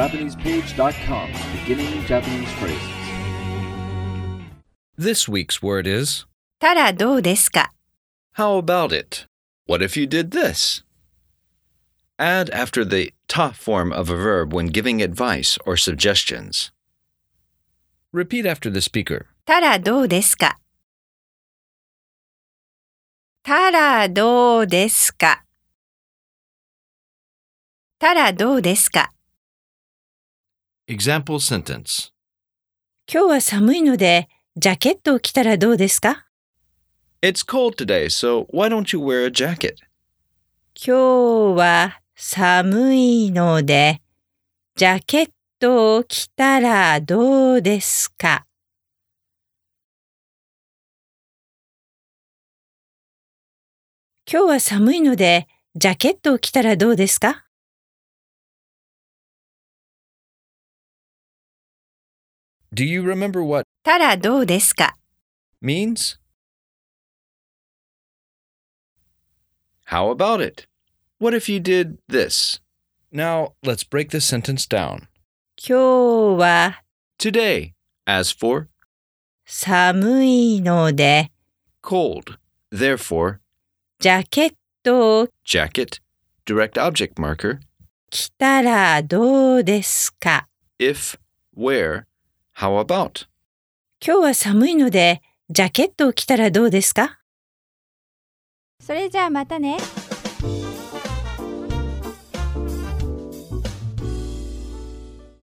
JapanesePage.com, beginning Japanese phrases. This week's word is たらどうですか How about it? What if you did this? Add after the ta form of a verb when giving advice or suggestions. Repeat after the speaker. たらどうですかたらどうですかたらどうですか Example sentence 今日は寒いのでジャケットを着たらどうですか It's cold today, so why don't you wear a jacket? 今日は寒いのでジャケットを着たらどうですか今日は寒いのでジャケットを着たらどうですか Do you remember what たらどうですか means? How about it? What if you did this? Now, let's break this sentence down. 今日は Today, as for 寒いので cold, therefore, ジャケットを jacket, direct object marker, 着たらどうですか if, where, how about? 今日は寒いのでジャケットを着たらどうですかそれじゃあまたね。